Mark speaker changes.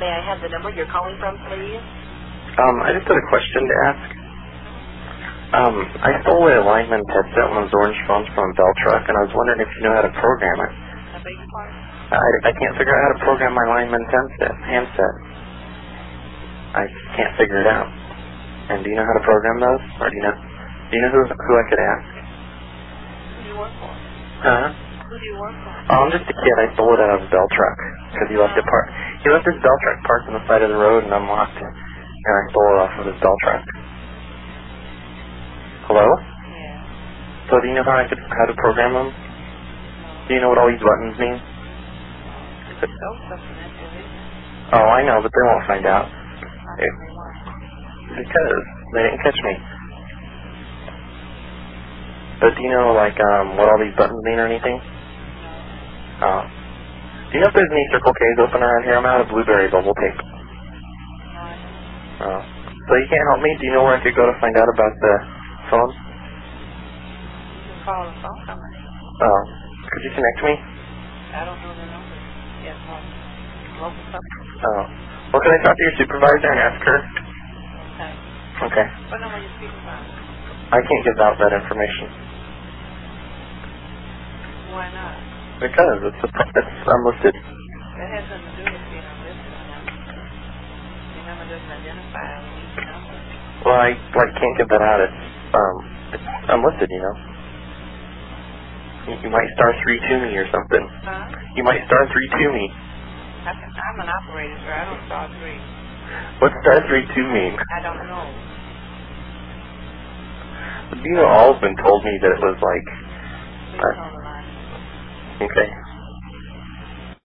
Speaker 1: May I have the number you're calling from, please?
Speaker 2: Um, I just had a question to ask. Um, I stole an alignment headset, one of those orange phones from a Bell truck, and I was wondering if you know how to program it.
Speaker 1: I beg your pardon?
Speaker 2: I, I can't figure out how to program my lineman's handset. handset. I can't figure it out. And do you know how to program those? Or do you know? Do you know who who I could ask?
Speaker 1: Who do you work for?
Speaker 2: Huh?
Speaker 1: Who do you work for?
Speaker 2: Oh, I'm just a kid. I stole it out of a Bell truck because he left it parked. He left his Bell truck parked on the side of the road and unlocked it, and I stole it off of his Bell truck. Hello.
Speaker 1: Yeah.
Speaker 2: So do you know how I could how to program them? Do you know what all these buttons mean?
Speaker 1: It's a ghost something that's it.
Speaker 2: Oh, I know, but they won't find out
Speaker 1: Not
Speaker 2: It-
Speaker 1: really one.
Speaker 2: because they didn't catch me. But do you know like um what all these buttons mean or anything? Uh, do you know if there's any Circle K's open around here? I'm out of blueberry bubble tape. Oh. So you can't help me? Do you know where I could go to find out about the phone?
Speaker 1: You can call the phone company.
Speaker 2: Oh. Could you connect me?
Speaker 1: I don't know the number. Yes, one. Local company.
Speaker 2: Oh. Well, can I talk to your supervisor and ask her?
Speaker 1: Okay.
Speaker 2: Okay.
Speaker 1: What number you speaking about?
Speaker 2: I can't give out that information
Speaker 1: Why not?
Speaker 2: because it's, it's unlisted.
Speaker 1: That has nothing to do with being unlisted or not. Your number doesn't identify a unique number.
Speaker 2: Well, I like can't give that out. It's um, it's unlisted, you know. You, you might star three to me or something.
Speaker 1: Huh?
Speaker 2: You might star three to me.
Speaker 1: I can, I'm an operator, sir. I don't star three.
Speaker 2: What's star three to mean?
Speaker 1: I don't know.
Speaker 2: You know, Alvin told me that it was like.
Speaker 1: Please hold the line.
Speaker 2: Okay.